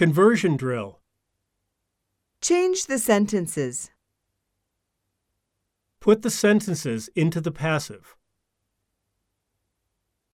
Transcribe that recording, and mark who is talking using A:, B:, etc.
A: Conversion drill.
B: Change the sentences.
A: Put the sentences into the passive.